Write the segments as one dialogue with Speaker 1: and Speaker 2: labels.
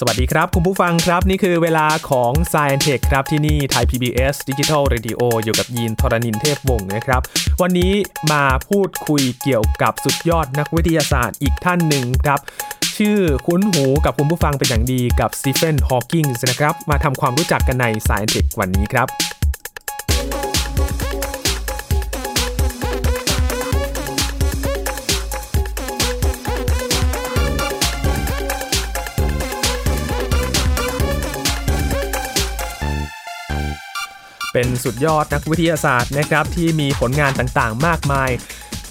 Speaker 1: สวัสดีครับ คุณผู้ฟังครับ นี่คือเวลาของ s c i e n t e c h ครับที่นี่ไทย PBS Digital Radio อยู่กับยีนทรณินเทพวงศ์นะครับ วันนี้มาพูดคุยเกี่ยวกับสุดยอดนักวิทยาศาสตร์อีกท่านหนึ่งครับ ชื่อคุ้นหูกับคุณผู้ฟังเป็นอย่างดีกับสตีเฟนฮอว์กิงส์นะครับ มาทำความรู้จักกันใน s c i e n t e c h วันนี้ครับ เป็นสุดยอดนักวิทยาศาสตร์นะครับที่มีผลงานต่างๆ มากมาย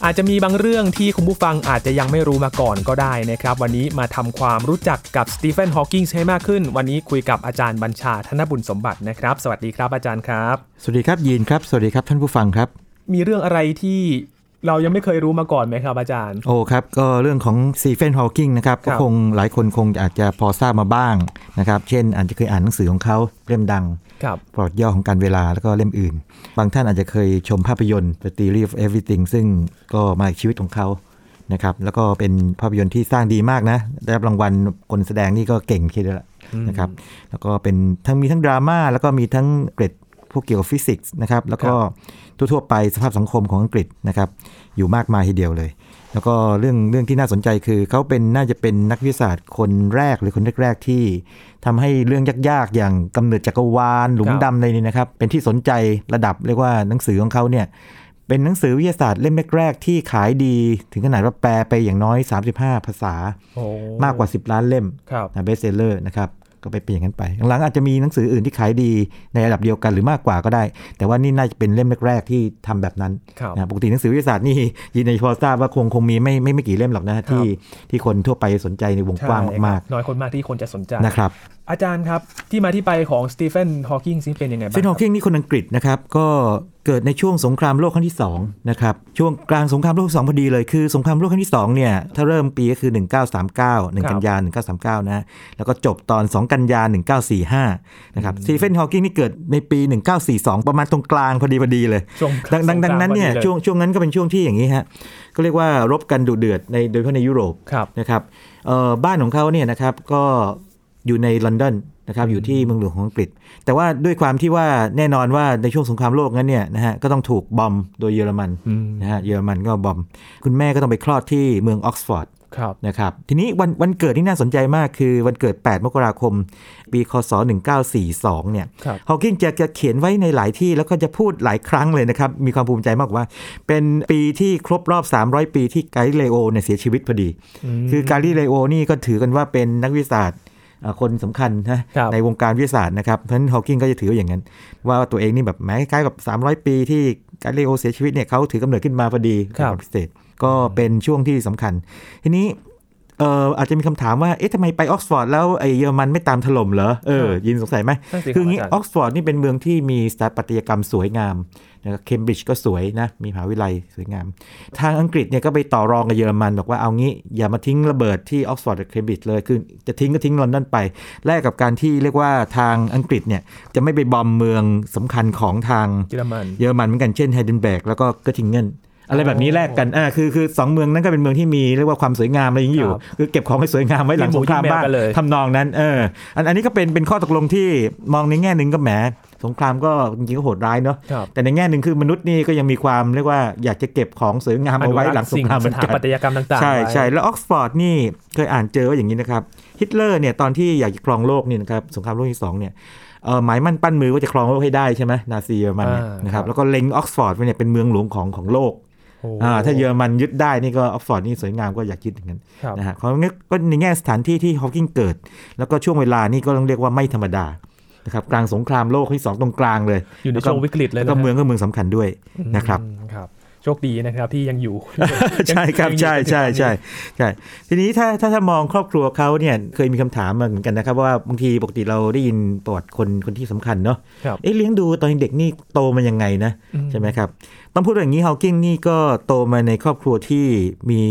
Speaker 1: อาจจะมีบางเรื่องที่คุณผู้ฟังอาจจะยังไม่รู้มาก่อนก็ได้นะครับ วันนี้มาทำความรู้จักกับสตีเฟนฮอว์กิงให้มากขึ้น วันนี้คุยกับอาจารย์บัญชาธนบุญสมบัตินะครับ สวัสดีครับอาจารย์ครับ
Speaker 2: สวัสดีครับยีนครับ สวัสดีครับท่านผู้ฟังครับ
Speaker 1: มีเรื่องอะไรที่เรายังไม่เคยรู้มาก่อนไหมครับอาจารย์
Speaker 2: โอ้ครับก็เรื่องของซีเฟนฮอว์กิงนะครับ
Speaker 1: ครั
Speaker 2: ก็
Speaker 1: บ
Speaker 2: คงหลายคนคงอาจจะพอทราบมาบ้างนะครับ เช่นอาจจะเคยอ่านหนังสือของเขาเล่มดัง
Speaker 1: ครับ
Speaker 2: ประวัติย่อของการเวลาแล้วก็เล่มอื่น บางท่านอาจจะเคยชมภาพยนตร์ The Theory of Everything ซึ่งก็มาจากชีวิตของเขานะครับแล้วก็เป็นภาพยนตร์ที่สร้างดีมากนะ ได้รับรางวัลคนแสดงนี่ก็เก่งทีเดียวละนะครับแล้วก็เป็นทั้งมีทั้งดราม่าแล้วก็มีทั้งเกร็ด พวกเกี่ยวกับฟิสิกส์นะครับแล้วก็ทั่วๆไปสภาพสังคมของอังกฤษนะครับอยู่มากมายทีเดียวเลย แล้วก็เรื่องเรื่องที่น่าสนใจคือเขาเป็นน่าจะเป็นนักวิทยาศาสตร์คนแรกหรือคนแรกๆที่ทำให้เรื่องยากๆ อย่างกำเนิดจักรวาลหลุ
Speaker 1: ค
Speaker 2: ม
Speaker 1: รับ
Speaker 2: ดำอะไรนี่นะครับ เป็นที่สนใจระดับเรียกว่าหนังสือของเขาเนี่ยเป็นหนังสือวิทยาศาสตร์เล่มแรกๆที่ขายดีถึงขนาดว่าแปลไปอย่างน้อย 35 ภาษา
Speaker 1: โอ้
Speaker 2: มากกว่า 10 ล้านเล่ม
Speaker 1: ครับ
Speaker 2: นะเบสเซลเลอร์นะครับก็ไปเป็นอย่างนั้นไป หลังๆอาจจะมีหนังสืออื่นที่ขายดีในระดับเดียวกันหรือมากกว่าก็ได้ แต่ว่านี่น่าจะเป็นเล่มแรกๆที่ทำแบบนั้น
Speaker 1: ครับ
Speaker 2: นะปกติหนังสือวิทยาศาสตร์นี่ ยินในพอทราบว่าคงคงมีไม่ไม่ไม่กี่เล่มหรอกนะที่ที่คนทั่วไปสนใจในวงกว้าง
Speaker 1: ใช่ครับ
Speaker 2: มาก
Speaker 1: น้อยคนมากที่คนจะสนใจ
Speaker 2: ๆนะครับ
Speaker 1: อาจารย์ครับ ที่มาที่ไปของสตีเฟนฮอว์กิงส์นี่เป็นยังไงบ้าง
Speaker 2: เฟนฮอว์กิงนี่คนอังกฤษนะครับก็เกิดในช่วงสงครามโลกครั้งที่2นะครับช่วงกลางสงครามโลกสองพอดีเลยคือสงครามโลกครั้งที่2เนี่ยถ้าเริ่มปีก็คือ 1939 1 กันยา1939 นะฮะแล้วก็จบตอน 2 กันยา 1945 นะครับสตีเฟนฮอว์กิงนี่เกิดในปี 1942 ประมาณตรงกลางพอดีพอดีเลย
Speaker 1: ช่วง
Speaker 2: ดังดังดังนั้นเนี่ย
Speaker 1: สกราต์พอดีล
Speaker 2: ช่วงช่วงนั้นก็เป็นช่วงที่อย่างนี้ฮะก็เรียกว่ารบกันดุเดือดในโดยเฉพาะในยุโรป
Speaker 1: ครับ
Speaker 2: นะครับเอ่อบ้านของเขาเนี่ยนะครับก็อยู่ในลอนดอนนะครับอยู่ที่เมืองหลวงของอังกฤษ แต่ว่าด้วยความที่ว่าแน่นอนว่าในช่วงสงครามโลกนั้นเนี่ยนะฮะก็ต้องถูกบอมโดยเยอรมัน
Speaker 1: อืม
Speaker 2: นะฮะเยอรมันก็บอม คุณแม่ก็ต้องไปคลอดที่เมืองออกซฟอร์ด
Speaker 1: ครับ
Speaker 2: นะครับทีนี้วันวันเกิดที่น่าสนใจมากคือวันเกิด 8 มกราคม ปีคศ 1942 เนี่ย
Speaker 1: ครับ
Speaker 2: ฮอว์กิงจะจะเขียนไว้ในหลายที่แล้วก็จะพูดหลายครั้งเลยนะครับ มีความภูมิใจมากว่า เป็นปีที่ครบรอบ 300 ปีที่กาลิเลโอเนี่ยเสียชีวิตพอดี คือกาลิเลโอนี่ก็ถือกันว่าเป็นนักวิทยาศาสตร์เอ่อคนสำคัญนะครับ ในวงการวิทยาศาสตร์นะครับเพราะฉะนั้นฮอว์กิงก็จะถือว่าอย่างนั้น ว่าตัวเองนี่แบบแม้คล้ายๆกับ 300 ปีที่กาลิเลโอเสียชีวิตเนี่ยเขาถือกำเนิดขึ้นมาพอดี
Speaker 1: ครับ
Speaker 2: เป็นพิเศษก็เป็นช่วงที่สำคัญ ทีนี้ เอออาจจะมีคำถามว่า เอ๊ะทำไมไปออกซฟอร์ดแล้วไอเยอรมันไม่ตามถล่มเหรอ เออ ยินสงสัยไหม
Speaker 1: นั่นสิครับ
Speaker 2: คืองี้
Speaker 1: อาจารย์
Speaker 2: ออกซฟอร์ดนี่เป็นเมืองที่มีสถาปัตยกรรมสวยงามนะครับเคมบริดจ์ก็สวยนะ มีมหาวิทยาลัยสวยงาม ทางอังกฤษเนี่ยก็ไปต่อรองกับเยอรมันบอกว่าเอางี้อย่ามาทิ้งระเบิดที่ออกซฟอร์ดกับเคมบริดจ์เลย คือจะทิ้งก็ทิ้งลอนดอนไป แลกกับการที่เรียกว่าทางอังกฤษเนี่ยจะไม่ไปบอมเมืองสำคัญของทาง
Speaker 1: เยอรมัน
Speaker 2: เยอรมันเหมือนกันเช่นไฮเดนเบร์กแล้วก็เกอร์ทิงเงนอะไรแบบนี้แลกกันอ่าคือคือสองเมืองนั้นก็เป็นเมืองที่มีเรียกว่าความสวยงามอะไรอย่างนี้อยู่
Speaker 1: ครับ
Speaker 2: คือเก็บของให้สวยงามไว้หลังสงครามบ้าง
Speaker 1: มีหมูที่แมวกันเลย
Speaker 2: ทำนองนั้นเอออันอันนี้ก็เป็นเป็นข้อตกลงที่มองในแง่หนึ่งก็แหมสงครามก็จริงๆก็โหดร้ายเนาะ
Speaker 1: ครับ
Speaker 2: แต่ในแง่หนึ่งคือมนุษย์นี่ก็ยังมีความเรียกว่าอยากจะเก็บของสวยงามเอาไว้หลังสงครามเหมือน
Speaker 1: ส
Speaker 2: กั
Speaker 1: ถาปั
Speaker 2: น
Speaker 1: ตยกรรมต่างๆ
Speaker 2: ใช่
Speaker 1: ไว้
Speaker 2: ใช่แล้วออกซฟอร์ดนี่เคยอ่านเจอว่าอย่างนี้นะครับฮิตเลอร์เนี่ยตอนที่อยากจะครองโลกนี่นะครับสงครามโลกที่สองเนี่ยเอ่อหมายมั่นปั้นมือว่าจะครองโลกให้ได้ใช่ไหมนาซีเยอรมันเนี่ย
Speaker 1: อ่าน
Speaker 2: นะ
Speaker 1: ค
Speaker 2: ค
Speaker 1: รั
Speaker 2: รับ บแล้วก็เล็งออกซฟอร์ดไว้เนี่ยเป็นเมืองหลวงของของโลก
Speaker 1: โอ้
Speaker 2: อ่าถ้าเยอรมันยึดได้นี่ก็ออกซฟอร์ดนี่สวยงามก็อยากยึดเหมือนกัน
Speaker 1: ครับ
Speaker 2: นะฮะเพราะงั้นก็ในแง่สถานที่ที่ฮอว์กิงเกิด แล้วก็ช่วงเวลานี่ก็ต้องเรียกว่าไม่ธรรมดานะครับกลางสงครามโลกครั้งที่สองตรงกลางเลย
Speaker 1: อยู่ในช่วงวิกฤตเลย
Speaker 2: แล้ว
Speaker 1: นะ
Speaker 2: ก็เมืองก็เมืองสำคัญด้วยนะครับ
Speaker 1: อืมครับ โชคดีนะครับที่ยังอยู่
Speaker 2: ใช่ครับ
Speaker 1: ยัง
Speaker 2: ใช่
Speaker 1: ยังอยู่
Speaker 2: ใช่ใช่ใช่ทีนี้ถ้าถ้าถ้ามองครอบครัวเขาเนี่ยเคยมีคำถามมาเหมือนกันนะครับว่าบางทีปกติเราได้ยินประวัติคนคนที่สำคัญเนาะ
Speaker 1: ครับ
Speaker 2: เอ๊ะเลี้ยงดูตอนเด็กนี่โตมายังไงนะ
Speaker 1: อืม
Speaker 2: ใช่ไหมครับต้องพูดอย่างนี้ฮาวกิงนี่ก็โตมาในครอบครัวที่มี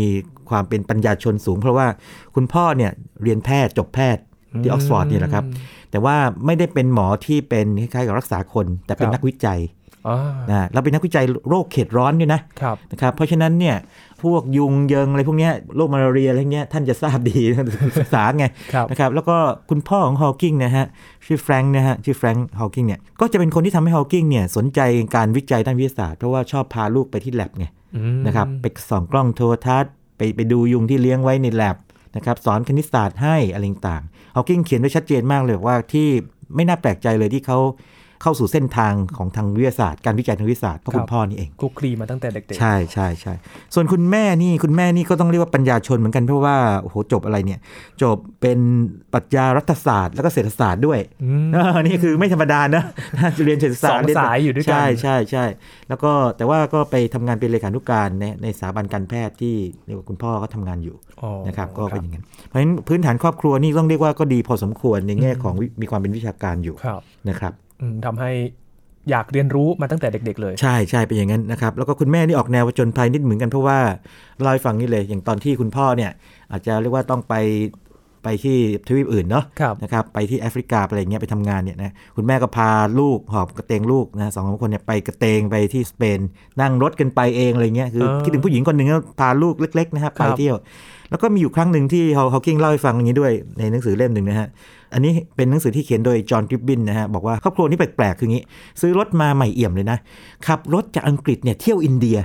Speaker 2: ความเป็นปัญญาชนสูง เพราะว่าคุณพ่อเนี่ยเรียนแพทย์จบแพทย์ที่ออกซฟอร์ดนี่แหละครับ แต่ว่าไม่ได้เป็นหมอที่เป็นคล้ายๆกับรักษาคน แต่เป็
Speaker 1: ค
Speaker 2: น
Speaker 1: รับ
Speaker 2: นักวิจัย
Speaker 1: อ่า
Speaker 2: นะเราเป็นนักวิจัยโรคเขตร้อนด้วยนะ
Speaker 1: ครับ
Speaker 2: นะครับเพราะฉะนั้นเนี่ยพวกยุงเยิงอะไรพวกเนี้ยโรคมาลาเรียอะไรเงี้ยท่านจะทราบดี ศึกษาไง
Speaker 1: ครับ
Speaker 2: นะครับแล้วก็คุณพ่อของฮอว์กิงนะฮะชื่อแฟรงค์นะฮะชื่อแฟรงค์ฮอว์กิงเนี่ยก็จะเป็นคนที่ทำให้ฮอว์กิงเนี่ยสนใจการวิจัยด้านวิทยาศาสตร์เพราะว่าชอบพาลูกไปที่แลบไง
Speaker 1: อืม
Speaker 2: นะครับไปส่องกล้องโทรทัศน์ไปไปดูยุงที่เลี้ยงไว้ในแลบนะครับสอนคณิตศาสตร์ให้อะไรต่างฮอว์กิงเขียนไว้ชัดเจนมากเลยว่าที่ไม่น่าแปลกใจเลยที่เขาเข้าสู่เส้นทางของทางวิทยาศาสตร์ การวิจัยทางวิทยาศาสตร์เพราะคุณพ่อนี่เอง
Speaker 1: คลุกคลีมาตั้งแต่เด็กๆ
Speaker 2: ใช่ใช่ใช่ส่วนคุณแม่นี่คุณแม่นี่ก็ต้องเรียกว่าปัญญาชนเหมือนกันเพราะว่าโอ้โหจบอะไรเนี่ย จบเป็นปรัชญารัฐศาสตร์แล้วก็เศรษฐศาสตร์ด้วย
Speaker 1: อืม
Speaker 2: เออนี่คือไม่ธรรมดานะ เรียนเศรษฐศาสตร์
Speaker 1: สองสายอยู่ด้วยกัน
Speaker 2: ใช่ใช่ใช่แล้วก็แต่ว่าก็ไปทำงานเป็นเลขานุการในในสถาบันการแพทย์ที่เรียกว่าคุณพ่อก็ทำงานอยู่
Speaker 1: อ๋อ
Speaker 2: นะครับก็เป็นอย่างนั้น เพราะฉะนั้นพื้นฐานครอบครัวนี่ต้องเรียกว่าก็ดีพอสมควรในแง่ของวิมีความเป็นวิชาการอยู่
Speaker 1: ครับ
Speaker 2: นะครับ
Speaker 1: อืมทำให้อยากเรียนรู้มาตั้งแต่เด็ก ๆ เลย
Speaker 2: ใช่ใช่เป็นอย่างนั้นนะครับ แล้วก็คุณแม่นี่ออกแนวผจนภัยนิดเหมือนกันเพราะว่าเล่าให้ฟังนี่เลย อย่างตอนที่คุณพ่อเนี่ย อาจจะเรียกว่าต้องไปไปที่ทวีปอื่นเนาะ
Speaker 1: ครับ
Speaker 2: นะครับไปที่แอฟริกาไปอะไรเงี้ยไปทำงานเนี่ยนะคุณแม่ก็พาลูกหอบกระเตงลูกนะสองสามคนเนี่ยไปกระเตงไปที่สเปน นั่งรถกันไปเองอะไรเงี้ยคือ
Speaker 1: เออ
Speaker 2: คิดถึงผู้หญิงคนหนึ่งก็พาลูกเล็กๆนะครับ
Speaker 1: ครั
Speaker 2: ไป
Speaker 1: บ
Speaker 2: เที่ยว แล้วก็มีอยู่ครั้งหนึ่งที่ฮอว์กิงเล่าให้ฟังอย่างนี้ด้วยในหนังสือเล่มหนึ่งนะฮะ อันนี้เป็นหนังสือที่เขียนโดยจอห์นกริบบินนะฮะ บอกว่าครอบครัวนี้แปลกๆ คืองี้ ซื้อรถมาใหม่เอี่ยมเลยนะ ขับรถจากอังกฤษเนี่ยเที่ยวอินเดีย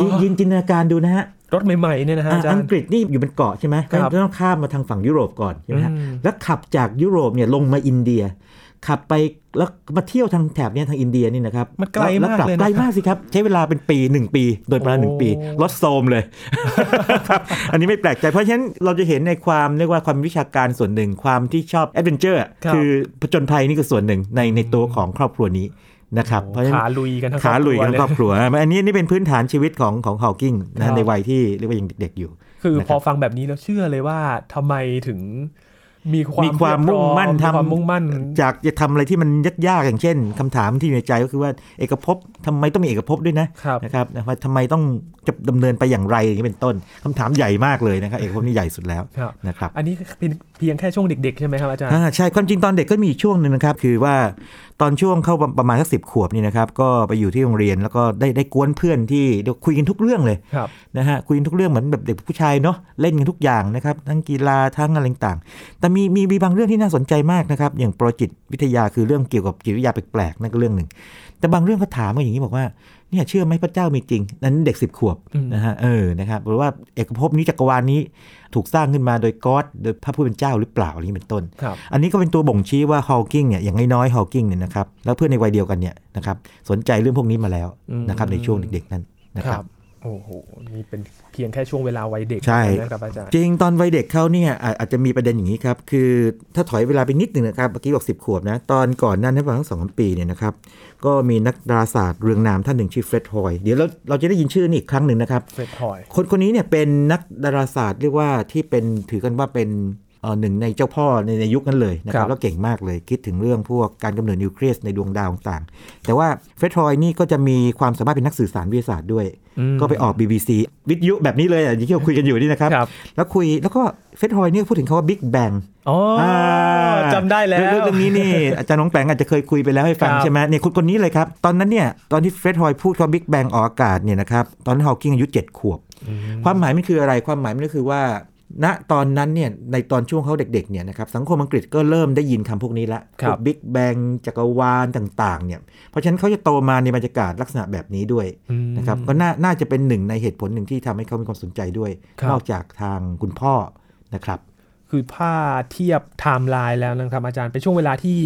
Speaker 2: ยิยินจินตนาการดูนะฮะ
Speaker 1: รถใหม่ๆเนี่ยนะฮะ
Speaker 2: อ่ะ
Speaker 1: อาจาร
Speaker 2: อัง
Speaker 1: ย์
Speaker 2: กฤษนี่อยู่เป็นเกาะใช่ไหม
Speaker 1: ครับ
Speaker 2: ก็ต้องข้ามมาทางฝั่งยุโรปก่อนใช่ไหมฮะ
Speaker 1: อืม
Speaker 2: แล้วขับจากยุโรปเนี่ยลงมาอินเดีย ขับไปแล้วมาเที่ยวทางแถบเนี่ยทางอินเดียนี่นะครับ
Speaker 1: มันไกล
Speaker 2: แว
Speaker 1: มาก
Speaker 2: แวลับ
Speaker 1: เลยนะ
Speaker 2: ไกลมากสิครับ ใช้เวลาเป็นปี 1 ปี โดยประมาณหนึ่ง
Speaker 1: โอ้
Speaker 2: ปีลดโทรมเลย ครับอันนี้ไม่แปลกใจเพราะฉะนั้นเราจะเห็นในความเรียกว่าความวิชาการส่วนหนึ่งความที่ชอบแอดเวนเจอร์
Speaker 1: ครับ
Speaker 2: คือผจญภัยนี่ก็ส่วนหนึ่งในในตัวของครอบครัวนี้นะครับ
Speaker 1: โอ้
Speaker 2: เพราะฉะนั้น
Speaker 1: ขาลุยกันทั้งครอบ
Speaker 2: ขาลุยกัน
Speaker 1: ครัวเลย
Speaker 2: ทั้งครอบครัว อันนี้นี่เป็นพื้นฐานชีวิตของของฮอว์กิง
Speaker 1: ครั
Speaker 2: นะ
Speaker 1: บ
Speaker 2: ในวัยที่เรียกว่ายังเด็กๆอยู่
Speaker 1: คือ
Speaker 2: นะ
Speaker 1: พ
Speaker 2: ครับ
Speaker 1: อฟังแบบนี้แล้วเชื่อเลยว่าทำไมถึงมีความ
Speaker 2: มีความ
Speaker 1: เรียบร้อย
Speaker 2: มุ่งมั่นทำ
Speaker 1: ความมุ่งมั่น
Speaker 2: อยากจะทำอะไรที่มันยากๆอย่างเช่นคำถามที่อยู่ในใจก็คือว่าเอกภพทำไมต้องมีเอกภพด้วยนะครับ นะครับนะว่าทำไมต้องจะดำเนินไปอย่างไรอย่างนี้เป็นต้นคำถามใหญ่มากเลยนะครับเอกภพนี่ใหญ่สุดแล้ว
Speaker 1: ครับ
Speaker 2: นะครับ
Speaker 1: อันนี้เป็นเพียงแค่ช่วงเด็ก ๆ ใช่ไหมครับอาจารย์
Speaker 2: อ่าใช่ความจริงตอนเด็กก็มีช่วงหนึ่งนะครับ คือว่าตอนช่วงเข้าประมาณสักสิบขวบนี่นะครับ ก็ไปอยู่ที่โรงเรียนแล้วก็ได้ได้กวนเพื่อนที่เดี๋ยวคุยกันทุกเรื่องเลย
Speaker 1: ครับ
Speaker 2: นะฮะคุยกันทุกเรื่องเหมือนแบบเด็กผู้ชายเนาะเล่นกันทุกอย่างนะครับ ทั้งกีฬาทั้งอะไรต่างๆแต่มีมีมีบางเรื่องที่น่าสนใจมากนะครับ อย่างประจิตวิทยาคือเรื่องเกี่ยวกับจิตวิทยาแปลกๆนั่นก็เรื่องหนึ่ง แต่บางเรื่องก็ถามกันอย่างนี้บอกว่าเนี่ยเชื่อไหมพระเจ้ามีจริง นั้นเด็กสิบขวบ
Speaker 1: อืม
Speaker 2: นะฮะเออนะครับหรือว่าเอกภพนี้จักรวาลนี้ถูกสร้างขึ้นมาโดยก็อดโดยพระผู้เป็นเจ้าหรือเปล่าอะไรอย่างนี้เป็นต้น
Speaker 1: ครับ
Speaker 2: อันนี้ก็เป็นตัวบ่งชี้ว่าฮอลกิงเนี่ยอย่างน้อยๆฮอลกิงเนี่ยนะครับแล้วเพื่อนในวัยเดียวกันเนี่ยนะครับสนใจเรื่องพวกนี้มาแล้ว
Speaker 1: อืม
Speaker 2: นะครับในช่วงเด็กๆนั้นนะ
Speaker 1: ค
Speaker 2: ค
Speaker 1: รั
Speaker 2: รั
Speaker 1: บบ โอ้โหนี่เป็นเพียงแค่ช่วงเวลาวัยเด็ก
Speaker 2: ใช่
Speaker 1: นะครับอาจารย์
Speaker 2: จริงตอนวัยเด็กเขาเนี่ยอาอาจจะมีประเด็นอย่างนี้ครับ คือถ้าถอยเวลาไปนิดหนึ่งนะครับเมื่อกี้บอกสิบขวบนะตอนก่อนหนั้านประมาณทั้งสองสามปีเนี่ยนะครับก็มีนักดาราศาสตร์เรืองนามท่านหนึ่งชื่อเฟร็ดฮอยเดี๋ยวเราเราจะได้ยินชื่อนี่อีกครั้งหนึ่งนะครับ
Speaker 1: เฟรดทอย
Speaker 2: คนคนนี้เนี่ยเป็นนักดาราศาสตร์เรียกว่าที่เป็นถือกันว่าเป็นเอ่อหนึ่งในเจ้าพ่อในในยุคนั้นเลยนะค
Speaker 1: ครั
Speaker 2: รับบ แล้วเก่งมากเลยคิดถึงเรื่องพวกการกำเนิดนิวเคลียสในดวงดาวต่างๆ แต่ว่าเฟรดทรอยนี่ก็จะมีความสามารถเป็นนักสื่อสารวิทยาศาสตร์ด้วย
Speaker 1: ม
Speaker 2: ก็ไปออก BBC วิทยุแบบนี้เลยอ่ะอย่างที่เราคุยกันอยู่นี่นะครับ
Speaker 1: ครับ
Speaker 2: แล้วคุยแล้วก็เฟรดทรอยเนี่ยพูดถึงคำว่าบิ๊กแบง
Speaker 1: อ๋ออาจำได้แล้ว
Speaker 2: เรื่องเรื่องนี้นี่ อาจารย์น้องแปงอาจจะเคยคุยไปแล้วให้ฟัง
Speaker 1: ครับ
Speaker 2: ใช่ไหมเนี่ยคนคนนี้เลยครับ ตอนนั้นเนี่ยตอนที่เฟร็ดฮอยพูดว่าบิ๊กแบงออกอากาศเนี่ยนะครับตอนนั้นฮอว์กิงอายุ 7 ขวบ
Speaker 1: อืม
Speaker 2: ความหมายมันคืออะไรความหมายมันก็คือว่า ณตอนนั้นเนี่ยในตอนช่วงเขาเด็กๆเนี่ยนะครับสังคมอังกฤษก็เริ่มได้ยินคำพวกนี้ละ
Speaker 1: ครับ
Speaker 2: บิ๊กแบงจักรวาลต่างๆเนี่ยเพราะฉะนั้นเขาจะโตมาในบรรยากาศลักษณะแบบนี้ด้วย
Speaker 1: อืม
Speaker 2: นะครับก็น่าน่าจะเป็นหนึ่งในเหตุผลหนึ่งที่ทำให้เขามีความสนใจด้วย
Speaker 1: ครับ
Speaker 2: นอกจากทางคุณพ่อนะครับ
Speaker 1: คือผ้าเทียบไทม์ไลน์แล้วนะครับอาจารย์ เป็นช่วงเวลาที่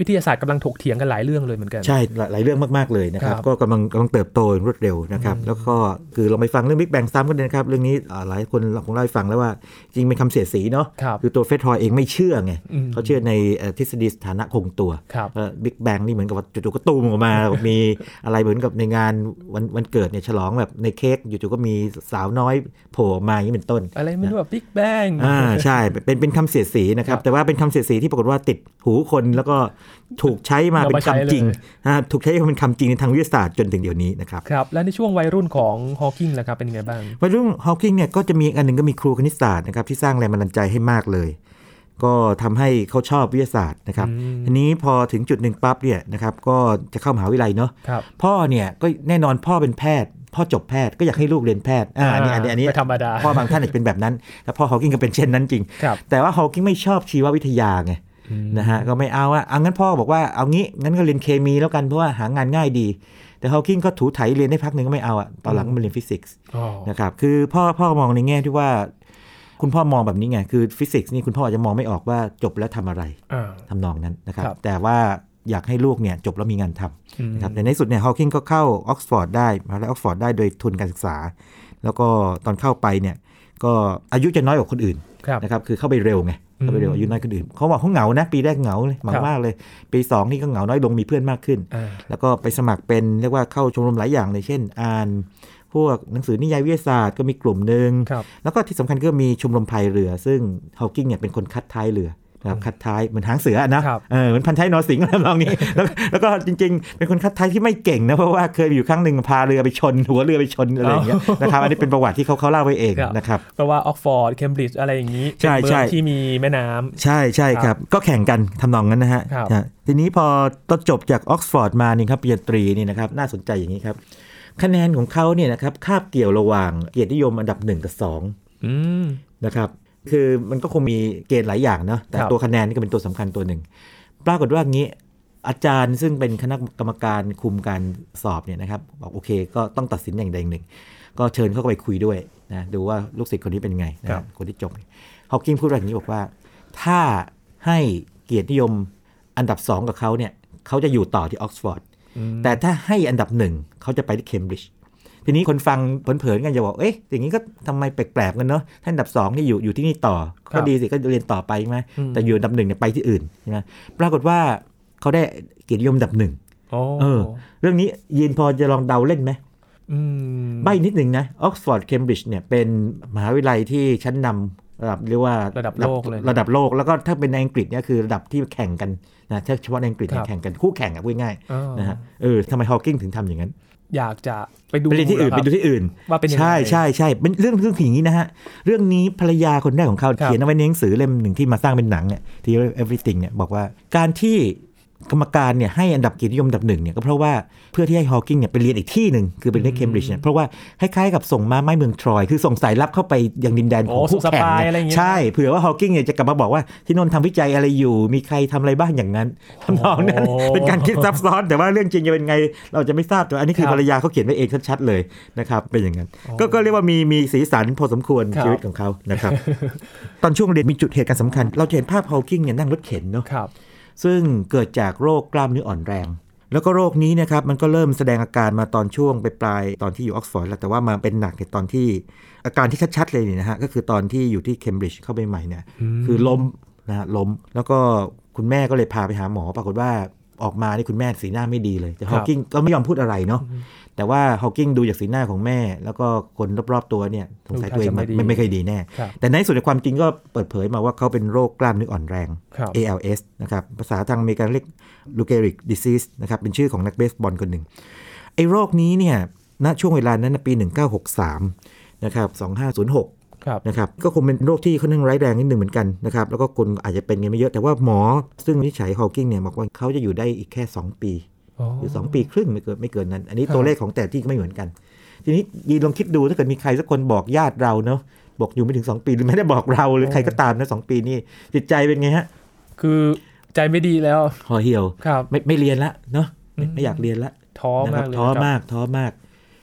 Speaker 1: วิทยาศาสตร์กำลังถกเถียงกันหลายเรื่องเลยเหมือนกัน
Speaker 2: ใช่หลายหลายเรื่องมาก ๆ เลยนะครับ
Speaker 1: ครับ
Speaker 2: ก็กำลังกำลังเติบโตอย่างรวดเร็วนะครับ แล้วก็คือเราไปฟังเรื่อง Big Bang ซ้ำกันเลยนะครับ เรื่องนี้อ่าหลายคนเราคงเล่าให้ฟังแล้วว่าจริงเป็นคำเสียดสีเนาะ
Speaker 1: ครับ
Speaker 2: อตัวเฟสทอยเองไม่เชื่อไง
Speaker 1: อืม
Speaker 2: เขาเชื่อในเอ่อทฤษฎีสถานะคงตัว
Speaker 1: ครับ
Speaker 2: บิ๊กแบงนี่เหมือนกับว่าจู่ๆก็ตูมออกมา มีอะไรเหมือนกับในงานวันวันเกิดเนี่ยฉลองแบบในเค้กอยู่ๆก็มีสาวน้อยโผล่ออกมาอย่างนี้เป็นต้น
Speaker 1: อะไรไม่รู้แบบบิ๊กแบง
Speaker 2: อ่าใช่ เป็นเป็นคำเสียดสีนะครั
Speaker 1: ค
Speaker 2: บ
Speaker 1: รับ
Speaker 2: แต่ว่าเป็นคำเสียดสีที่ปรากฏว่าติดหูคนแล้วก็ถูกใช้มา
Speaker 1: เอา
Speaker 2: เป็
Speaker 1: มานใช้เลย
Speaker 2: คำจริงอ่าถูกใช้มาเป็นคำจริงในทางวิทยาศาสตร์จนถึงเดี๋ยวนี้นะครับ
Speaker 1: ครับ และในช่วงวัยรุ่นของฮอว์กิงล่ะครับเป็นยังไงบ้าง
Speaker 2: วัยรุ่นฮอว์กิงเนี่ยก็จะมีอันหนึ่งก็มีครูคณิตศาสตร์นะครับที่สร้างแรงบันดาลใจให้มากเลย ก็ทำให้เขาชอบวิทยาศาสตร์นะครับ
Speaker 1: อืม
Speaker 2: ทีนี้พอถึงจุดหนึ่งปั๊บเนี่ยนะครับก็จะเข้ามหาวิทยาลัยเนาะ
Speaker 1: ครับ
Speaker 2: พ่อเนี่ยก็แน่นอนพ่อเป็นแพทย์ พ่อจบแพทย์ก็อยากให้ลูกเรียนแพทย์อ่าอันนี้อันนี้อันนี้
Speaker 1: ไม่ธรรมดา
Speaker 2: พ่อบางท่านอาจจะเป็นแบบนั้นแต่พ่อฮอว์กิงก็เป็นเช่นนั้นจริง
Speaker 1: ครับ
Speaker 2: แต่ว่าฮอว์กิงไม่ชอบชีววิทยาไง
Speaker 1: อืม
Speaker 2: นะฮะก็ไม่เอาอะเอางั้นพ่อบอกว่าเอางี้งั้นก็เรียนเคมีแล้วกันเพราะว่าหางานง่ายดี แต่ฮอว์กิงก็ถูไถเรียนได้พักหนึ่งก็ไม่เอาอะตอนหลัง
Speaker 1: อืม
Speaker 2: ก็มาเรียนฟิสิกส์
Speaker 1: อ๋อ
Speaker 2: นะครับคือพ่อพ่อมองในแง่ที่ว่า คุณพ่อมองแบบนี้ไงคือฟิสิกส์นี่คุณพ่ออาจจะมองไม่ออกว่าจบแล้วทำอะไร
Speaker 1: อ่า
Speaker 2: ทำนองนั้นนะครับ
Speaker 1: ครับ
Speaker 2: แต่ว่าอยากให้ลูกเนี่ยจบแล้วมีงานท
Speaker 1: อืม
Speaker 2: ำนะครับแต่ในที่สุดเนี่ยฮอว์กิงก็เข้าออกซฟอร์ดได้มหาแล้วออกซฟอร์ดได้โดยทุนการศึกษา แล้วก็ตอนเข้าไปเนี่ยก็อายุจะน้อยกว่าคนอื่น
Speaker 1: ครับ
Speaker 2: นะครับคือเข้าไปเร็วไงเข้าไปเร็ว
Speaker 1: อืม
Speaker 2: อายุน้อยคนอื่นเขาบอกเขาเหงานะ ปีแรกเหงาเลยเหงา
Speaker 1: ครับ
Speaker 2: มากเลย ปีสองนี่ก็เหงาน้อยลงมีเพื่อนมากขึ้น
Speaker 1: อ่า
Speaker 2: แล้วก็ไปสมัครเป็นเรียกว่าเข้าชมรมหลายอย่างเลยเช่น อ่าน พวกหนังสือนิยายวิทยาศาสตร์ก็มีกลุ่มหนึ่ง
Speaker 1: ครับ
Speaker 2: แล้วก็ที่สำคัญก็มีชมรมพายเรือ ซึ่งฮาวกิ้งเนี่ยเป็นคนคัดท้ายเรือนะครับคัดท้ายเหมือนหางเสืออะนะครับ เออเหมือนพันท้ายนอสิงห์อะไรลองนี้ แล้วแล้วก็จริงๆ เป็นคนคัดท้ายที่ไม่เก่งนะเพราะว่าเคยมีอยู่ครั้งหนึ่งพาเรือไปชน หัวเรือไปชนอะไรอย่างเงี้ยนะครับอันนี้เป็นประวัติที่เขาเขาเล่าไว้เองนะครับ
Speaker 1: เพราะว่าออกฟอร์ดเคมบริดจ์อะไรอย่างนี้
Speaker 2: ใช่
Speaker 1: เป็นเมื
Speaker 2: ใช่
Speaker 1: องที่มีแม่น้ำ
Speaker 2: ใช่ใช่ครับ ก็แข่งกันทำนองนั้นนะฮะ
Speaker 1: ครับ
Speaker 2: ฮะทีนี้พอตอนจบจากออกซฟอร์ดมานี่ครับปริญญาตรีนี่นะครับน่าสนใจอย่างนี้ครับ คะแนนของเขาเนี่ยนะครับคาบเกี่ยวระหว่างเกียรตินิยมอันดับ 1 กับ
Speaker 1: อืม
Speaker 2: 2 นะครับ คือมันก็คงมีเกณฑ์หลายอย่างเนาะแต่
Speaker 1: ครับ
Speaker 2: ตัวคะแนนนี่ก็เป็นตัวสำคัญตัวหนึ่ง ปรากฏว่างี้อาจารย์ซึ่งเป็นคณะกรรมการคุมการสอบเนี่ยนะครับบอกโอเคก็ต้องตัดสินอย่างใดอย่างหนึ่ง ก็เชิญเข้าไปคุยด้วยนะดูว่าลูกศิษย์คนนี้เป็นไงนะครับ คนที่จบฮอว์กิงพูดแบบนี้บอกว่า ถ้าให้เกียรตินิยมอันดับ 2 กับเขาเนี่ยเขาจะอยู่ต่อที่ออกซฟอร์ดแต่ถ้าให้อันดับหนึ่งเขาจะไปที่เคมบริดจ์ทีนี้คนฟังเผินๆกันจะบอกเอ๊ะอย่างนี้ก็ทำไมแปลกๆกันเนาะท่านอันดับ2นี่อยู่อยู่ที่นี่ต่อก็ดีสิก็เรียนต่อไปใช่ไหม
Speaker 1: อืม
Speaker 2: แต่อยู่อันดับหนึ่งเนี่ยไปที่อื่นใช่ไหมปรากฏว่าเขาได้เกียรตินิยมอันดับหนึ่ง
Speaker 1: โอ้
Speaker 2: เออ เรื่องนี้ยีนพอจะลองเดาเล่นไหม
Speaker 1: อืม
Speaker 2: ใบนิดหนึ่งนะออกซฟอร์ดเคมบริดจ์เนี่ยเป็นมหาวิทยาลัยที่ชั้นนำระดับเรียกว่า
Speaker 1: ระดับโลกเลย
Speaker 2: ระดับโลก แล้วก็ถ้าเป็นในอังกฤษเนี่ยคือระดับที่แข่งกันนะถ้าเฉพาะในอังกฤษเนี่
Speaker 1: ครั
Speaker 2: ย
Speaker 1: บ
Speaker 2: แข่งกันคู่แข่งอะพูดง่าย
Speaker 1: อ่า
Speaker 2: ๆนะฮะเออทำไมฮอว์กิงถึงทำอย่างนั้น
Speaker 1: อยากจะไปดู
Speaker 2: ไปเรียนที่อื่น
Speaker 1: หรครั
Speaker 2: ไป
Speaker 1: บ
Speaker 2: ดูที่อื่น
Speaker 1: ว่าเป็นยังไง
Speaker 2: ใช่ใช่ใช่เป็นเรื่องเรื่องอย่างนี้นะฮะ เรื่องนี้ภรรยาคนแรกของเขา
Speaker 1: ครับ
Speaker 2: เขียนเอาไว้ในหนังสือเล่มหนึ่งที่มาสร้างเป็นหนังเนี่ยที่ everything เนี่ยบอกว่าการที่กรรมการเนี่ยให้อันดับเกียรตินิยมอันดับหนึ่งเนี่ยก็เพราะว่าเพื่อที่ให้ฮอว์กิงเนี่ยไปเรียนอีกที่หนึ่งคือไปเรียนเคมบริดจ์เนี่ยเพราะว่าคล้ายๆกับส่งม้าไม้เมืองทรอย คือส่งสายลับเข้าไปยังดินแดนของ
Speaker 1: โอ้
Speaker 2: คู่
Speaker 1: ส่
Speaker 2: แข่ง
Speaker 1: งสปายอะไรอย่างเงี้ย
Speaker 2: ใช่เผื่อว่าฮอว์กิงเนี่ยจะกลับมาบอกว่าที่โนนทำวิจัยอะไรอยู่ มีใครทำอะไรบ้างอย่างนั้นทำนองนั้น
Speaker 1: โอ้
Speaker 2: เป็นการคิดซับซ้อนแต่ว่าเรื่องจริงจะเป็นไงเราจะไม่ทราบแต่ว่าอันนี้คื
Speaker 1: ค
Speaker 2: อ
Speaker 1: รับ
Speaker 2: ภรรยาเขาเขียนไว้เองชัดๆเลยนะครับเป็นอย่างนั้น
Speaker 1: อ๋อ
Speaker 2: ก็ก็เรียกว่ามีมีสีสันพอสมควร
Speaker 1: ครับ
Speaker 2: ชีวิตของเขา นะครับ ตอนช่วงเรียนมีจุดเหตุการณ์สำคัญ เราจะเห็นภาพฮาวกิ้งเนี่ยนั่งรถเข็นเนาะ
Speaker 1: ครับ
Speaker 2: ซึ่งเกิดจากโรคกล้ามเนื้ออ่อนแรง แล้วก็โรคนี้นะครับ มันก็เริ่มแสดงอาการมาตอนช่วงปลายๆตอนที่อยู่ออกซฟอร์ดแล้วแต่ว่ามาเป็นหนักในตอนที่อาการที่ชัดๆเลยเนี่ยนะฮะก็คือตอนที่อยู่ที่เคมบริดจ์เข้าไปใหม่เนี่ยคือล้มนะฮะล้ม แล้วก็คุณแม่ก็เลยพาไปหาหมอ ปรากฏว่าออกมานี่คุณแม่สีหน้าไม่ดีเลยแต่
Speaker 1: ครับ
Speaker 2: ฮาวกิ้งก็ไม่ยอมพูดอะไรเนาะ แต่ว่าฮอว์กิงดูจากสีหน้าของแม่ แล้วก็คนรอบๆตัวเนี่ยสงสัยตัวเองมัน
Speaker 1: ดูท่าจะไม่ดี
Speaker 2: ไม่ไม่เคยดีแน่
Speaker 1: ครับ
Speaker 2: แต่ในที่สุดในความจริงก็เปิดเผยมาว่าเขาเป็นโรคกล้ามเนื้ออ่อนแรง
Speaker 1: ครับ
Speaker 2: ALS นะครับ ภาษาทางอเมริกันเรียก Lou Gehrig disease นะครับ เป็นชื่อของนักเบสบอลคนหนึ่ง ไอ้โรคนี้เนี่ยณช่วงเวลานั้นนะปี 1963 นะครับ 2506
Speaker 1: ครับ
Speaker 2: นะครับก็คงเป็นโรคที่ค่อนข้างร้ายแรงนิดหนึ่งเหมือนกันนะครับแล้วก็คนอาจจะเป็นกันไม่เยอะแต่ว่าหมอซึ่งวินิจฉัยฮอว์กิงเนี่ยบอกว่าเขาจะอยู่ได้อีกแค่ 2 ปี
Speaker 1: โอ้
Speaker 2: หรือ 2 ปีครึ่งไม่เกินไม่เกินนั้น อันนี้
Speaker 1: ครับ
Speaker 2: ตัวเลขของแต่ที่ไม่เหมือนกัน ทีนี้ยีนลองคิดดูถ้าเกิดมีใครสักคนบอกญาติเราเนาะบอกอยู่ไม่ถึง 2 ปีหรือไม่ได้บอกเราหรือ
Speaker 1: โอ้
Speaker 2: ใครก็ตามนะสองปีนี่จิตใจเป็นไงฮะ
Speaker 1: คือใจไม่ดีแล้ว
Speaker 2: ห่อเหี่ยว
Speaker 1: ครับ
Speaker 2: ไม่ไม่เรียนละเนาะไม่
Speaker 1: อืม
Speaker 2: ไม่อยากเรียนละ
Speaker 1: ท้อ
Speaker 2: นะค
Speaker 1: มา
Speaker 2: รั
Speaker 1: กเลย
Speaker 2: ท้อมากท้อมาก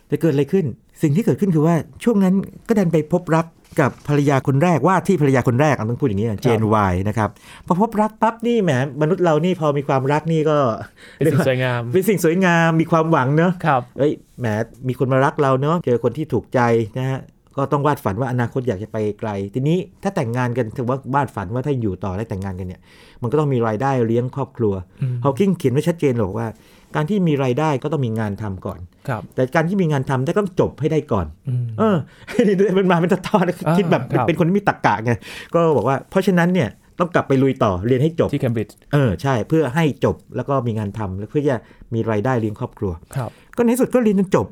Speaker 2: แต่เกิดอะไรขึ้น สิ่งที่เกิดขึ้นคือว่าช่วงนั้นก็ดันไปพบรักกับภรรยาคนแรกว่าที่ภรรยาคนแรกอ่ะต้องพูดอย่างนี้นะเจนวายนะครับพอพบรักปั๊บนี่แหมมนุษย์เรานี่พอมีความรักนี่ก็
Speaker 1: เป็นสิ่งสวยงาม
Speaker 2: เป็นสิ่งสวยงามมีความหวังเนาะ
Speaker 1: ครับ
Speaker 2: เอ้ยแหมมีคนมารักเราเนาะเจอคนที่ถูกใจนะฮะก็ต้องวาดฝันว่าอนาคตอยากจะไปไกล ทีนี้ถ้าแต่งงานกันถือว่าวาดฝันว่าถ้าอยู่ต่อและแต่งงานกันเนี่ย มันก็ต้องมีรายได้เลี้ยงครอบครัว
Speaker 1: อืม
Speaker 2: ฮอว์กิงเขียนไว้ชัดเจนเลยบอกว่า การที่มีรายได้ก็ต้องมีงานทำก่อน
Speaker 1: ครับ
Speaker 2: แต่การที่มีงานทำได้ก็ต้องจบให้ได้ก่อน
Speaker 1: อืม
Speaker 2: เออ นี่มันมาเป็นตอนๆ
Speaker 1: อ่า
Speaker 2: คิดแบบ
Speaker 1: ครับ
Speaker 2: เป็นคนที่มีตรรกะไงก็บอกว่าเพราะฉะนั้นเนี่ยต้องกลับไปลุยต่อเรียนให้จบ
Speaker 1: ที่เคมบริดจ์
Speaker 2: เออใช่เพื่อให้จบแล้วก็มีงานทำแล้วเพื่อจะมีรายได้เลี้ยงครอบครัว
Speaker 1: ครับ
Speaker 2: ก็ในที่สุดก็เรียนจนจบ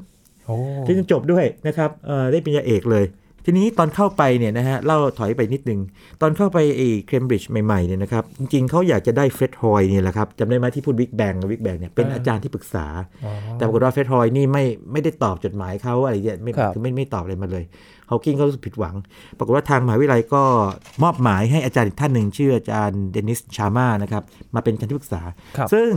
Speaker 1: โอ้
Speaker 2: ที่จนจบด้วยนะครับเอ่อได้ปริญญาเอกเลย ทีนี้ตอนเข้าไปเนี่ยนะฮะเล่าถอยไปนิดนึง ตอนเข้าไปไอ้เคมบริดจ์ใหม่ ๆ เนี่ยนะครับ จริง ๆเขาอยากจะได้เฟรดฮอยเนี่ยแหละครับจำได้ไหมที่พูดวิกแบงวิกแบงเนี่ยเป็น
Speaker 1: อ่า
Speaker 2: อาจารย์ที่ปรึกษา
Speaker 1: อ๋อ
Speaker 2: แต่ปรากฏว่าเฟรดฮอยนี่ไม่ไม่ได้ตอบจดหมายเขาอะไรเงี้ยไม่
Speaker 1: ครับ
Speaker 2: คือไม่ไม่ตอบอะไรมาเลยฮอว์กิงก็รู้สึกผิดหวัง ปรากฏว่าทางมหาวิทยาลัยก็มอบหมายให้อาจารย์อีกท่านหนึ่งชื่ออาจารย์เดนิสชาม่านะครับมาเป็นอาจารย์ที่ปรึกษา
Speaker 1: ครับ
Speaker 2: ซึ่ง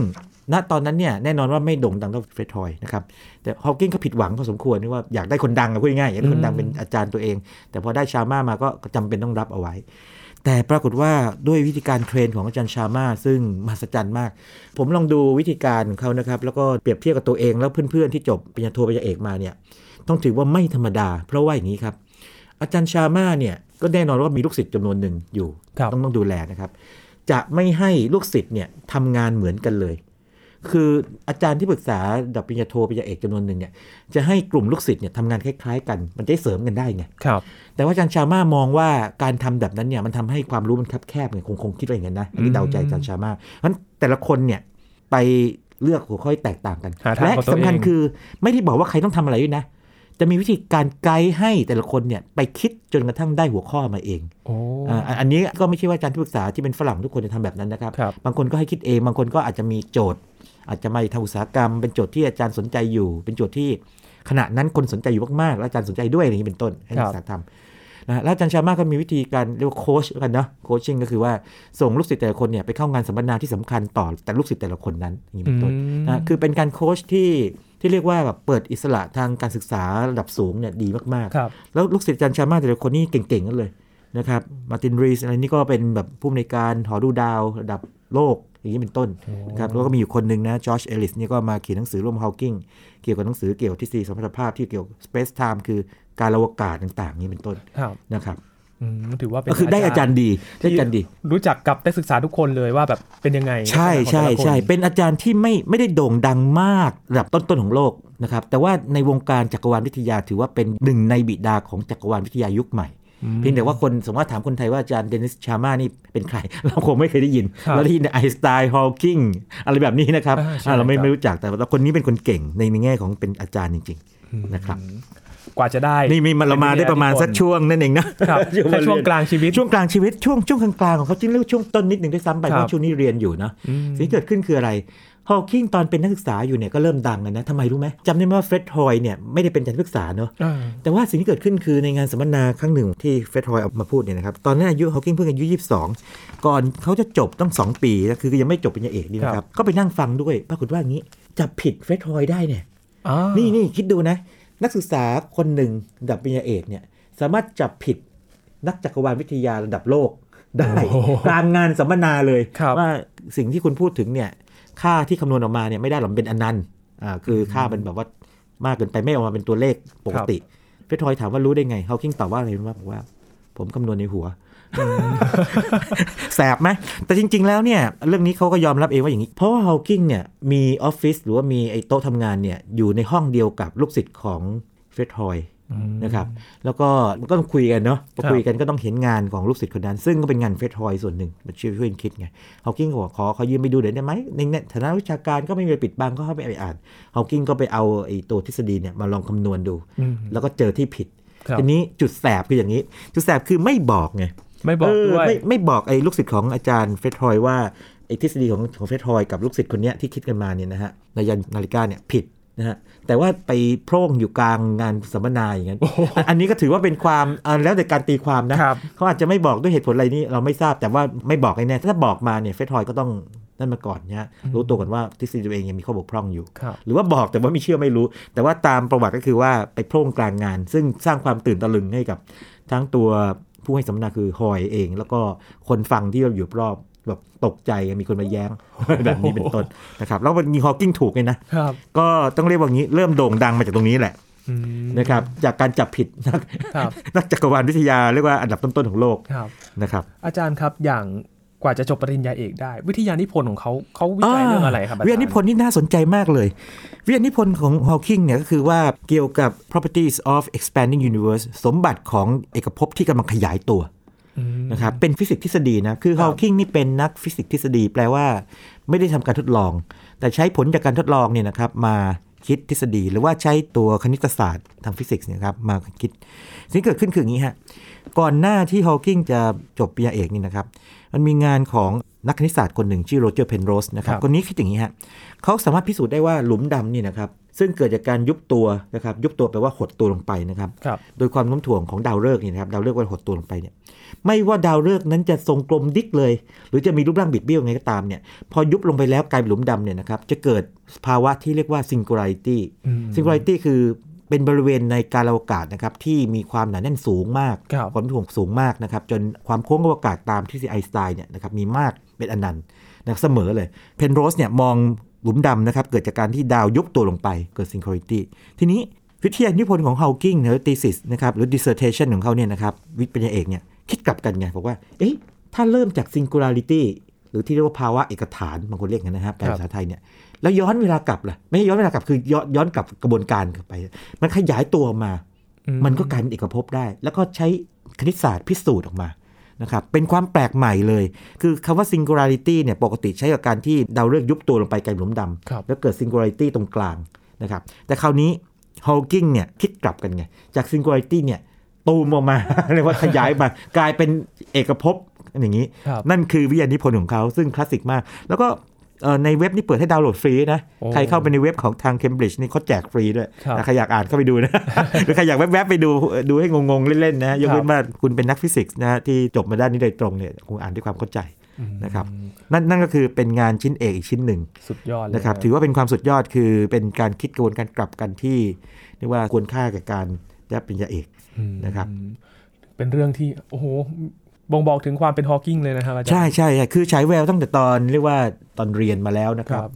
Speaker 2: ณตอนนั้นเนี่ยแน่นอนว่าไม่โด่งดังเท่าเฟรดทอยนะครับแต่ฮอว์กิงก็ผิดหวังพอสมควรที่ว่าอยากได้คนดังอะพูดง่ายๆอยากได้คนดังเป็นอาจารย์ตัวเอง แต่พอได้ชาม่ามาก็จำเป็นต้องรับเอาไว้ แต่ปรากฏว่าด้วยวิธีการเทรนของอาจารย์ชาม่าซึ่งมหัศจรรย์มาก ผมลองดูวิธีการของเขานะครับ แล้วก็เปรียบเทียบกับตัวเองแล้วเพื่อนๆที่จบปริญญาโทปริญญาเอกมาเนี่ยต้องถือว่าไม่ธรรมดา เพราะว่าอย่างนี้ครับ อาจารย์ชาม่าเนี่ยก็แน่นอนว่ามีลูกศิษย์จำนวนหนึ่งอยู่
Speaker 1: ครับ
Speaker 2: ต้องต้องดูแลนะครับ จะไม่ให้ลูกศิษย์เนี่ยทำงานเหมือนกันเลย คืออาจารย์ที่ปรึกษาดับปริญญาโทปริญญาเอกจำนวนหนึ่งเนี่ยจะให้กลุ่มลูกศิษย์เนี่ยทำงานคล้ายๆ กัน มันจะได้เสริมกันได้ไง
Speaker 1: ครับ
Speaker 2: แต่ว่าอาจารย์ชาม่ามองว่าการทำแบบนั้นเนี่ยมันทำให้ความรู้มันคับแคบไงคงคงคิดว่าอย่างนั้นนะอันนี้เดาใจอาจารย์ชาม่าเพราะฉะนั้นแต่ละคนเนี่ยไปเลือกหัวข้อที่แตกต่างกัน
Speaker 1: หาทาง
Speaker 2: และ
Speaker 1: ของตัวเอง
Speaker 2: สำคัญคือไม่ได้บอกว่าใครต้องทำอะไรด้วยนะ จะมีวิธีการไกด์ให้แต่ละคนเนี่ยไปคิดจนกระทั่งได้หัวข้อมาเอง
Speaker 1: โอ้
Speaker 2: อาอันอันนี้ก็ไม่ใช่ว่าอาจารย์ที่ปรึกษาที่เป็นฝรั่งทุกคนจะทำแบบนั้นนะครับ
Speaker 1: ครับ
Speaker 2: บางคนก็ให้คิดเอง บางคนก็อาจจะมีโจทย์ อาจจะมาทางอุตสาหกรรม เป็นโจทย์ที่อาจารย์สนใจอยู่ เป็นโจทย์ที่ขณะนั้นคนสนใจอยู่มากๆ แล้วอาจารย์สนใจด้วยอย่างนี้เป็นต้นให้นักศึกษาทำนะแล้วอาจารย์ชามาก็มีวิธีการเรียกว่าโค้ชกันเนาะโคชชิ่งก็คือว่าส่งลูกศิษย์แต่ละคนเนี่ยไปเข้างานสัมมนาที่สำคัญต่อแต่ลูกศิษย์แต่ละคนนั้นอย่างนี้เป็นต้น
Speaker 1: อืม
Speaker 2: นะคือเป็นการโค้ชที่ที่เรียกว่าแบบเปิดอิสระทางการศึกษาระดับสูงเนี่ยดีมากๆ
Speaker 1: ครับ
Speaker 2: แล้วลูกศิษย์อาจารย์ชามาแต่ละคนนี่เก่งๆกันเลยนะครับ มาตินรีสอะไรนี่ก็เป็นแบบผู้อำนวยการหอดูดาวระดับโลกอย่างนี้เป็นต้นนะครับแล้วก็มีอยู่คนหนึ่งนะจอชเอลิสนี่ก็มาเขียนหนังสือร่วมฮาวกิงเกี่ยวกับหนังสือเกี่ยวกับทฤษฎีสัมพัทธภาพที่เกี่ยวกับ space time คือการอวกาศต่างๆอย่างนี้เป็นต้น
Speaker 1: ครับ
Speaker 2: นะครับ
Speaker 1: อืมถือว่าเป็น
Speaker 2: ก็คือได้อาจารย์ดีได้อาจารย์ดี
Speaker 1: รู้จักกับได้ศึกษาทุกคนเลยว่าแบบเป็นยังไง
Speaker 2: ใช่ใช่
Speaker 1: ลักษณะของแต่ละคน
Speaker 2: ใช่เป็นอาจารย์ที่ไม่ไม่ได้โด่งดังมากระดับต้นๆของโลกนะครับแต่ว่าในวงการจักรวาลวิทยาถือว่าเป็นหนึ่งในบิดาของจักรวาลวิทยายุคใหม่
Speaker 1: อืม
Speaker 2: เพียงแต่ว่าคนสมมติว่าถามคนไทยว่าอาจารย์เดนิสชาม่านี่เป็นใคร เราคงไม่เคยได้ยิน
Speaker 1: ครับ
Speaker 2: เราได้ยินไอสไตน์ฮอว์กิงอะไรแบบนี้นะครับ
Speaker 1: อ่าใช่
Speaker 2: อ่าเราไม่
Speaker 1: ครับ
Speaker 2: ไม่รู้จักแต่ว่าคนนี้เป็นคนเก่งในในแง่ของเป็นอาจารย์จริง ๆ นะครับ
Speaker 1: กว่าจะได้
Speaker 2: นี่มีมันเรามาได้ประมาณสักช่วงนั่นเองนะครับ
Speaker 1: แค่ช่วงกลางชีวิต
Speaker 2: ช่วงกลางชีวิตช่วงช่วงกลางๆของเขาจริงๆเรียกว่าช่วงต้นนิดหนึ่งด้วยซ้ำไป
Speaker 1: ค
Speaker 2: เพ
Speaker 1: รับ
Speaker 2: ราะช่วงนี้เรียนอยู่นะ
Speaker 1: อืม
Speaker 2: สิ่งที่เกิดขึ้นคืออะไร ฮอว์กิงตอนเป็นนักศึกษาอยู่เนี่ยก็เริ่มดังแล้วนะทำไมรู้ไหมจำได้ไหมว่าเฟร็ดฮอยเนี่ยไม่ได้เป็นอาจารย์ที่ปรึกษาเนอะ
Speaker 1: อ่า
Speaker 2: แต่ว่าสิ่งที่เกิดขึ้นคือในงานสัมมนาครั้งหนึ่งที่เฟร็ดฮอยออกมาพูดเนี่ยนะครับ ตอนนั้นอายุฮอว์กิงเพิ่งอายุ 22 ก่อนเขาจะจบต้อง 2 ปีนะคือยังไม่จบปริญญาเอกนี่นะค
Speaker 1: ครั
Speaker 2: รับ
Speaker 1: บ
Speaker 2: ก็ไปนั่งฟังด้วย ปรากฏว่าอย่างนี้จับผิดเฟร็ดฮอยได้เนี่ย
Speaker 1: อ่า
Speaker 2: นี่นี่คิดดูนะ นักศึกษาคนหนึ่งระดับปริญญาเอกเนี่ยสามารถจับผิดนักจักรวาลวิทยาระดับโลกได้
Speaker 1: โอ้โห
Speaker 2: กลางงานสัมมนาเลย
Speaker 1: ครับ
Speaker 2: ว่าสิ่งที่คุณพูดถึงเนี่ยค่าที่คำนวณออกมาเนี่ยไม่ได้หรอกมันเป็นอนันต์อ่าคือค่ามันแบบว่ามากเกินไปไม่ออกมาเป็นตัวเลขปกติเฟรทอยถามว่ารู้ได้ไงเฮาคิงตอบว่าอะไรรู้ไหมบอกว่า ผมคำนวณในหัว แสบไหม แต่จริง ๆ แล้วเนี่ย เรื่องนี้เขาก็ยอมรับเองว่าอย่างนี้ เพราะว่าฮาวกิงเนี่ย มีออฟฟิศหรือว่ามีไอ้โต๊ะทำงานเนี่ย อยู่ในห้องเดียวกับลูกศิษย์ของเฟรดฮอย
Speaker 1: อืม
Speaker 2: นะครับ แล้วก็ก็ต้องคุยกันเนาะพอ
Speaker 1: ครับ
Speaker 2: คุยกันก็ต้องเห็นงานของลูกศิษย์คนนั้น ซึ่งก็เป็นงานเฟรดฮอยส่วนหนึ่งมาช่วยช่วยกันคิดไงฮาวกิงก็บอกขอขอยืมไปดูหน่อยได้ไหมในในฐานะวิชาการก็ไม่มีอะไรปิดบังก็เข้าไปอ่านฮาวกิงก็ไปเอาไอ้ตัวทฤษฎีเนี่ยมาลองคำนวณดู
Speaker 1: อืม
Speaker 2: แล้วก็เจอที่ผิด
Speaker 1: ครับ
Speaker 2: ทีนี้จุดแสบคืออย่างนี้ จุดแสบคือไม่บอกไง
Speaker 1: ไม่บอกด้ว
Speaker 2: เอย อไม่ไม่บอกไอ้ลูกศิษย์ของอาจารย์เฟรทอยว่าไอ้ทฤษฎีของของเฟรทอยกับลูกศิษย์คนเนี้ยที่คิดกันมาเนี่ยนะฮะในยันนาฬิกาเนี่ยผิดนะฮะแต่ว่าไปโพร่งอยู่กลางงานสัมมนาอย่างนั้นอันอันนี้ก็ถือว่าเป็นความอ่าแล้วแต่การตีความนะครับ เขาอาจจะไม่บอกด้วยเหตุผลอะไรนี่เราไม่ทราบแต่ว่าไม่บอกแน่ๆถ้าบอกมาเนี่ยเฟรทอยก็ต้องนั่นมาก่อนนะฮะรู้ตัวก่อนว่าทฤษฎีตัวเองยังมีข้อบกพร่องอยู่
Speaker 1: ครับ
Speaker 2: หรือว่าบอกแต่ว่าไม่เชื่อไม่รู้ แต่ว่าตามประวัติก็คือว่าไปโพร่งกลางงาน ซึ่งสร้างความตื่นตะลึงให้กับทั้งตัวผู้ให้สัมมนาคือฮอยเอง แล้วก็คนฟังที่อยู่รอบแบบตกใจมีคนมาแย้ง แบบนี้เป็นต้นนะครับแล้วมีฮอว์กิงถูกเลยนะครับ ก็ต้องเรียกว่างี้เริ่มโด่งดังมาจากตรงนี้แหละ
Speaker 1: อืม
Speaker 2: นะครับจากการจับผิดนัก
Speaker 1: ครับ
Speaker 2: นักจักรวาลวิทยาเรียกว่าอันดับต้นๆของโลก
Speaker 1: ครับ
Speaker 2: นะครับ
Speaker 1: อาจารย์ครับอย่างกว่าจะจบปริญญาเอกได้ วิทยานิพนธ์ของเขาเขาวิจัยเรื่องอะไรครับอาจารย์
Speaker 2: วิทยานิพนธ์นี่น่าสนใจมากเลย วิทยานิพนธ์ของฮอว์กิงเนี่ยก็คือว่าเกี่ยวกับ properties of expanding universe สมบัติของเอกภพที่กำลังขยายตัว
Speaker 1: อืม
Speaker 2: นะครับเป็นฟิสิกส์ทฤษฎีนะ คือฮอว์กิงนี่เป็นนักฟิสิกส์ทฤษฎีแปลว่าไม่ได้ทำการทดลอง แต่ใช้ผลจากการทดลองเนี่ยนะครับมา คิดทฤษฎี หรือว่าใช้ตัวคณิตศาสตร์ทางฟิสิกส์เนี่ยครับมาคิด สิ่งที่เกิดขึ้นคืออย่างนี้ฮะ ก่อนหน้าที่ฮอว์กิงจะจบปริญญาเอกนี่นะครับ มันมีงานของนักคณิตศาสตร์คนหนึ่งชื่อโรเจอร์เพนโรสนะครั
Speaker 1: ค
Speaker 2: บ
Speaker 1: รับ
Speaker 2: คนนี้คิดอย่างนี้ฮะเขาสามารถพิสูจน์ได้ว่าหลุมดำนี่นะครับ ซึ่งเกิดจากการยุบตัวนะครับ ยุบตัวแปลว่าหดตัวลงไปนะครับ
Speaker 1: ครับ
Speaker 2: โดยความโน้มถ่วงของดาวฤกษ์นี่นะครับ ดาวฤกษ์ว่าหดตัวลงไปเนี่ย ไม่ว่าดาวฤกษ์นั้นจะทรงกลมดิกเลย หรือจะมีรูปร่างบิดเบี้ยวไงก็ตามเนี่ย พอยุบลงไปแล้วกลายเป็นหลุมดำเนี่ยนะครับ จะเกิดภาวะที่เรียกว่า singularity
Speaker 1: อืม
Speaker 2: singularity คือเป็นบริเวณในกาลอวกาศนะครับที่มีความหนาแน่นสูงมาก
Speaker 1: ครับ
Speaker 2: ความถ่วงสูงมากนะครับ จนความโค้งอวกาศตามที่ไอน์สไตน์เนี่ยนะครับมีมากเป็นอนันต์นะครับเสมอเลย เพนโรสเนี่ยมองหลุมดำนะครับ เกิดจากการที่ดาวยุบตัวลงไปเกิดซิงค r ริตี้ทีนี้วิทยานิพนธ์ของฮาวกิงหรือ thesis นะครับหรือ dissertation ของเขาเนี่ยนะครับ วิทย์ปริญญาเอกเนี่ยคิดกลับกันไง บอกว่า เอ๊ะ ถ้าเริ่มจาก singularity หรือที่เรียกว่าภาวะเอกฐานบางคนเรียกกันนะครับแปล
Speaker 1: ครับ
Speaker 2: ภาษาไทยเนี่ยแล้วย้อนเวลากลับล่ะไม่ใช่ย้อนเวลากลับคือย้อนย้อนกลับกระบวนการกลับไป มันขยายตัวออกมา
Speaker 1: อื
Speaker 2: มันก็กลายเป็นเอกภพได้ แล้วก็ใช้คณิตศาสตร์พิสูจน์ออกมานะครับเป็นความแปลกใหม่เลย คือคำว่า singularity เนี่ยปกติใช้กับการที่ดาวฤกษ์ยุบตัวลงไปไกลหลุมดำ
Speaker 1: ครับ
Speaker 2: แล้วเกิด singularity ตรงกลางนะครับ แต่คราวนี้ Hawking เนี่ยคิดกลับกันไง จาก singularity เนี่ยตูมออกมา เรียกว่าขยายมา กลายเป็นเอกภพอย่างนี้
Speaker 1: ครับ
Speaker 2: นั่นคือวิทยานิพนธ์ของเขาซึ่งคลาสสิกมาก แล้วก็เอ่อในเว็บนี่เปิดให้ดาวน์โหลดฟรีนะ
Speaker 1: โอ้
Speaker 2: ใครเข้าไปในเว็บของทาง Cambridge นี่เขาแจกฟรีด้วย
Speaker 1: ครับ
Speaker 2: นะใครอยากอ่านเข้าไปดู นะ หรือใครอยากแวบๆไปดูดูให้งงๆเล่นๆนะยกเว้นว่าคุณเป็นนักฟิสิกส์นะฮะที่จบมาด้านนี้โดยตรงเนี่ยคงอ่านด้วยความเข้าใจนะครับนั่นนั่นก็คือเป็นงานชิ้นเอกอีกชิ้นหนึ่ง
Speaker 1: สุดยอดเลย
Speaker 2: นะครับถือว่าเป็นความสุดยอดคือเป็นการคิดกระบวนการกลับกันที่เรียกว่าควรค่ากับการได้ปริญญาเอก นะครับ
Speaker 1: อืมเป็นเรื่องที่ โอ้โห บ่งบอกถึงความเป็นฮอว์กิงเลยนะครับอาจารย์
Speaker 2: ใช่ใช่ใช่คือฉายแววตั้งแต่ตอนเรียกว่าตอนเรียนมาแล้วนะครับ
Speaker 1: ครับ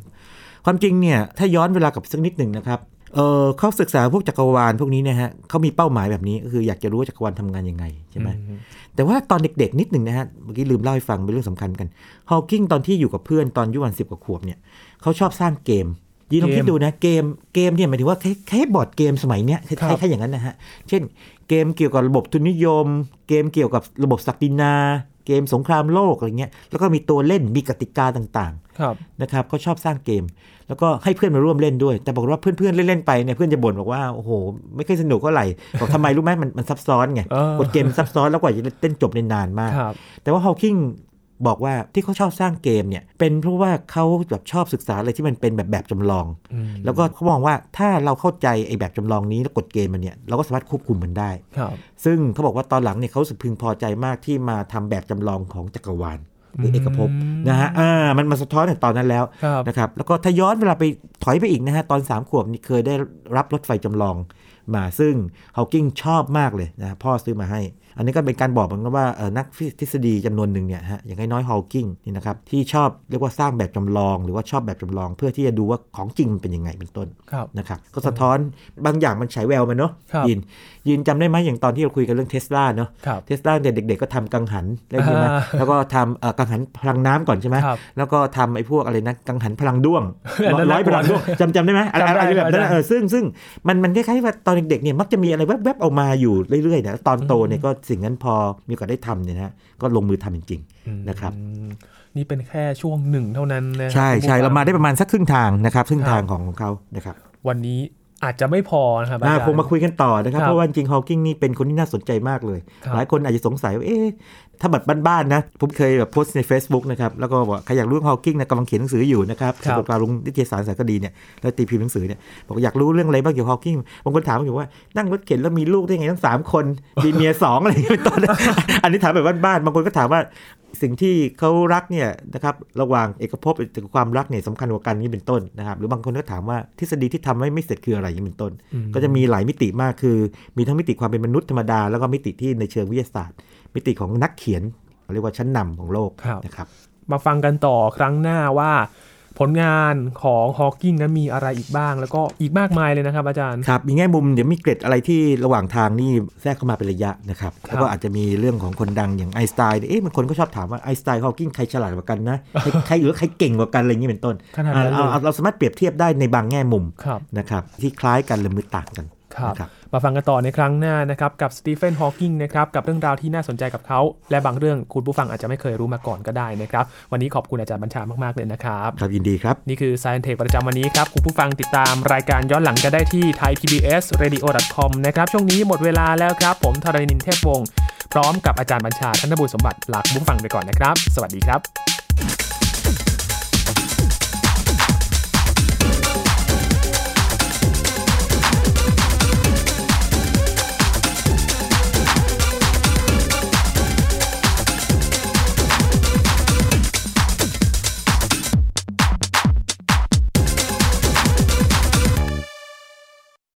Speaker 2: ความจริงเนี่ยถ้าย้อนเวลากลับสักนิดหนึ่งนะครับเออเขาศึกษาพวกจักรวาลพวกนี้เนะฮะเขามีเป้าหมายแบบนี้ก็คืออยากจะรู้ว่าจักรวาลทำงานยังไงใช่ไหม
Speaker 1: อืม
Speaker 2: แต่ว่าตอนเด็กๆนิดหนึ่งนะฮะ เมื่อกี้ลืมเล่าให้ฟังเป็นเรื่องสำคัญกันฮอว์กิงตอนที่อยู่กับเพื่อนตอนอายุวันสิบกว่าขวบเนี่ยเขาชอบสร้างเกมยีลอง
Speaker 1: เกม
Speaker 2: คิดดูนะเกมเกมเนี่ยหมายถึงว่าคล้ายคล้ายบอร์ดเกมสมัยเนี้ย
Speaker 1: ค
Speaker 2: ค
Speaker 1: รั
Speaker 2: ล้าย
Speaker 1: บ
Speaker 2: ๆอย่างนั้นนะฮะ เช่นเกมเกี่ยวกับระบบทุนนิยม เกมเกี่ยวกับระบบศักดินา เกมสงครามโลกอะไรเงี้ยแล้วก็มีตัวเล่นมีกติกาต่างๆ
Speaker 1: ครับ
Speaker 2: นะครับเขาชอบสร้างเกม แล้วก็ให้เพื่อนมาร่วมเล่นด้วย แต่บอกฏว่าเพื่อนๆ เล่นๆไปเนี่ยเพื่อนจะบ่นบอกว่าโอ้โห ไม่ค่อยสนุกเท่าไหร่บอกทำไมรู้ไหมมันมันซับซ้อนไง
Speaker 1: เออ
Speaker 2: กดเกมซับซ้อนแล้วกว่าจะเล่นจบเนยนานมาก
Speaker 1: ครับ
Speaker 2: แต่ว่าฮอ w กิ n งบอกว่าที่เขาชอบสร้างเกมเนี่ยเป็นเพราะว่าเขาแบบชอบศึกษาอะไรที่มันเป็นแบบแบบจำลอง
Speaker 1: อืม
Speaker 2: แล้วก็เขามองว่าถ้าเราเข้าใจไอ้แบบจำลองนี้แล้วกดเกมมันเนี่ยเราก็สามารถควบคุมมันได้
Speaker 1: ครับ
Speaker 2: ซึ่งเขาบอกว่าตอนหลังเนี่ยเขารู้สึกพึงพอใจมากที่มาทำแบบจำลองของจักรวาลหรือเอกภพ
Speaker 1: อืม
Speaker 2: นะฮะอ่ามันมาสะท้อนถึงตอนนั้นแล้ว
Speaker 1: ครับ
Speaker 2: นะครับแล้วก็ถ้าย้อนเวลาไปถอยไปอีกนะฮะ ตอน 3 ขวบนี่เคยได้รับรถไฟจำลองมาซึ่งฮาวกิงชอบมากเลยนะพ่อซื้อมาให้ อันนี้ก็เป็นการบอกเหมือนกันว่าเอ่อนักฟิสิกส์ทฤษฎีจำนวนหนึ่งเนี่ยฮะอย่างน้อยๆฮาวกิงนี่นะครับที่ชอบเรียกว่าสร้างแบบจำลอง หรือว่าชอบแบบจำลอง เพื่อที่จะดูว่าของจริงมันเป็นยังไงเป็นต้น
Speaker 1: ครับ
Speaker 2: นะครับก็สะท้อนบางอย่างมันฉายแววมันเนาะ
Speaker 1: ครับ
Speaker 2: ยินยินจำได้ไหมอย่างตอนที่เราคุยกันเรื่องเทสลาเนาะ
Speaker 1: ครับ
Speaker 2: เทสลาเนี่ยเด็กๆก็ทำกังหันได้ใช่ไหม
Speaker 1: อ่า
Speaker 2: แล้วก็ทำเอ่อกังหันพลังน้ำก่อนใช่ไหม
Speaker 1: ครับ
Speaker 2: แล้วก็ทำไอ้พวกอะไรนะกังหันพลังด้วง
Speaker 1: อันนั้น
Speaker 2: ร้อย
Speaker 1: น่ากลัว
Speaker 2: พลังด้วงจำจำได้ไหมอะไร
Speaker 1: จำได้
Speaker 2: อะไรแบบนั้
Speaker 1: จำ
Speaker 2: น
Speaker 1: ได้
Speaker 2: เออซึ่งซึ่งมันมันคล้ายๆว่าตอนเด็กๆเนี่ยมักจะมีอะไรแวบๆออกมาอยู่เรื่อยๆนะตอนโตเนี่ยก็สิ่งนั้นพอมีโอกาสได้ทำเนี่ยนะก็ลงมือทำจริงๆนะครับ
Speaker 1: อืมนี่เป็นแค่ช่วงหนึ่งเท่านั้นนะ
Speaker 2: ใช่
Speaker 1: คุณผู้
Speaker 2: ใช่
Speaker 1: ฟัง
Speaker 2: เรามาได้ประมาณสักครึ่งทางนะครับครึ่งทางของของเขานะครับ
Speaker 1: วันนี้อาจจะไม่พอนะครับอาจาร
Speaker 2: อ่า
Speaker 1: ย์
Speaker 2: คงมาคุยกันต่อนะครับ
Speaker 1: ครับ
Speaker 2: เพราะว่าจริงฮอ w กิ n งนี่เป็นคนที่น่าสนใจมากเลย
Speaker 1: ครับ
Speaker 2: หลายคนอาจจะสงสัยว่าเอ๊ะถ้าแบบบ้านๆนะ ผมเคยแบบโพสต์ใน Facebook นะครับ แล้วก็บอกใครอยากรู้ฮอ w กิ n งนะกำลังเขียนหนังสืออยู่นะครับสำหรับการลงนิตยสารสารคดีเนี่ยแล้วตีพิมพ์หนังสือเนี่ยบอกอยากรู้เรื่องอะไรบ้างเกี่ยวกับฮอ w กิ n งบางคนถามผมอยู่ว่านั่งรถเข็นแล้วมีลูกได้ไงทั้งสามคนมีเมียสองอะไร อย่างเงี้ยเป็นต้น อันนี้ถามแบบบ้านๆบางคนก็ถามว่าสิ่งที่เขารักเนี่ยนะครับระหว่างเอกภพกับความรักเนี่ยสำคัญกว่ากันนี่เป็นต้นนะครับหรือบางคนก็ถามว่าทฤษฎีที่ทำให้ไม่เสร็จคืออะไรอย่างนี้เป็นต้น
Speaker 1: อืม
Speaker 2: ก็จะมีหลายมิติมากคือ มีทั้งมิติความเป็นมนุษย์ธรรมดา แล้วก็มิติที่ในเชิงวิทยาศาสตร์ มิติของนักเขียนเรียกว่าชั้นนำของโลก
Speaker 1: ครับ
Speaker 2: นะครับ
Speaker 1: มาฟังกันต่อครั้งหน้าว่า ผลงานของฮอว์กิงนั้นมีอะไรอีกบ้าง แล้วก็อีกมากมายเลยนะครับ อาจารย์
Speaker 2: ครับ มีแง่มุมเดี๋ยวมีเกร็ดอะไรที่ระหว่างทางนี่แทรกเข้ามาเป็นระยะนะครับ
Speaker 1: ครับ
Speaker 2: แล้วก็อาจจะมีเรื่องของคนดังอย่างไอน์สไตน์เนี่ยเอ๊ะมันคนก็ชอบถามว่าไอน์สไตน์ฮอว์กิงใครฉลาดกว่ากันนะ ใครใครหรือใครเก่งกว่ากันอะไรอย่างนี้เป็นต้น
Speaker 1: ขนาดนั้นเลย
Speaker 2: อ่าเอาเอาเราสามารถเปรียบเทียบได้ในบางแง่มุม
Speaker 1: ครับ
Speaker 2: นะครับที่คล้ายกันหรือมือต่างกัน
Speaker 1: ครับ
Speaker 2: นะครับ
Speaker 1: มาฟังกันต่อในครั้งหน้านะครับกับสตีเฟนฮอว์กิงนะครับกับเรื่องราวที่น่าสนใจกับเขา และบางเรื่องคุณผู้ฟังอาจจะไม่เคยรู้มาก่อนก็ได้นะครับ วันนี้ขอบคุณอาจารย์บัญชามากๆเลยนะครับ
Speaker 2: ครับยินดีครับ
Speaker 1: นี่คือ Science Tech ประจำวันนี้ครับ คุณผู้ฟังติดตามรายการย้อนหลังก็ได้ที่ thaipbsradio.com นะครับ ช่วงนี้หมดเวลาแล้วครับ ผมธรณินเทพวงศ์พร้อมกับอาจารย์บัญชาธนบุญสมบัติลาคุณผู้ฟังไปก่อนนะครับ สวัสดีครับ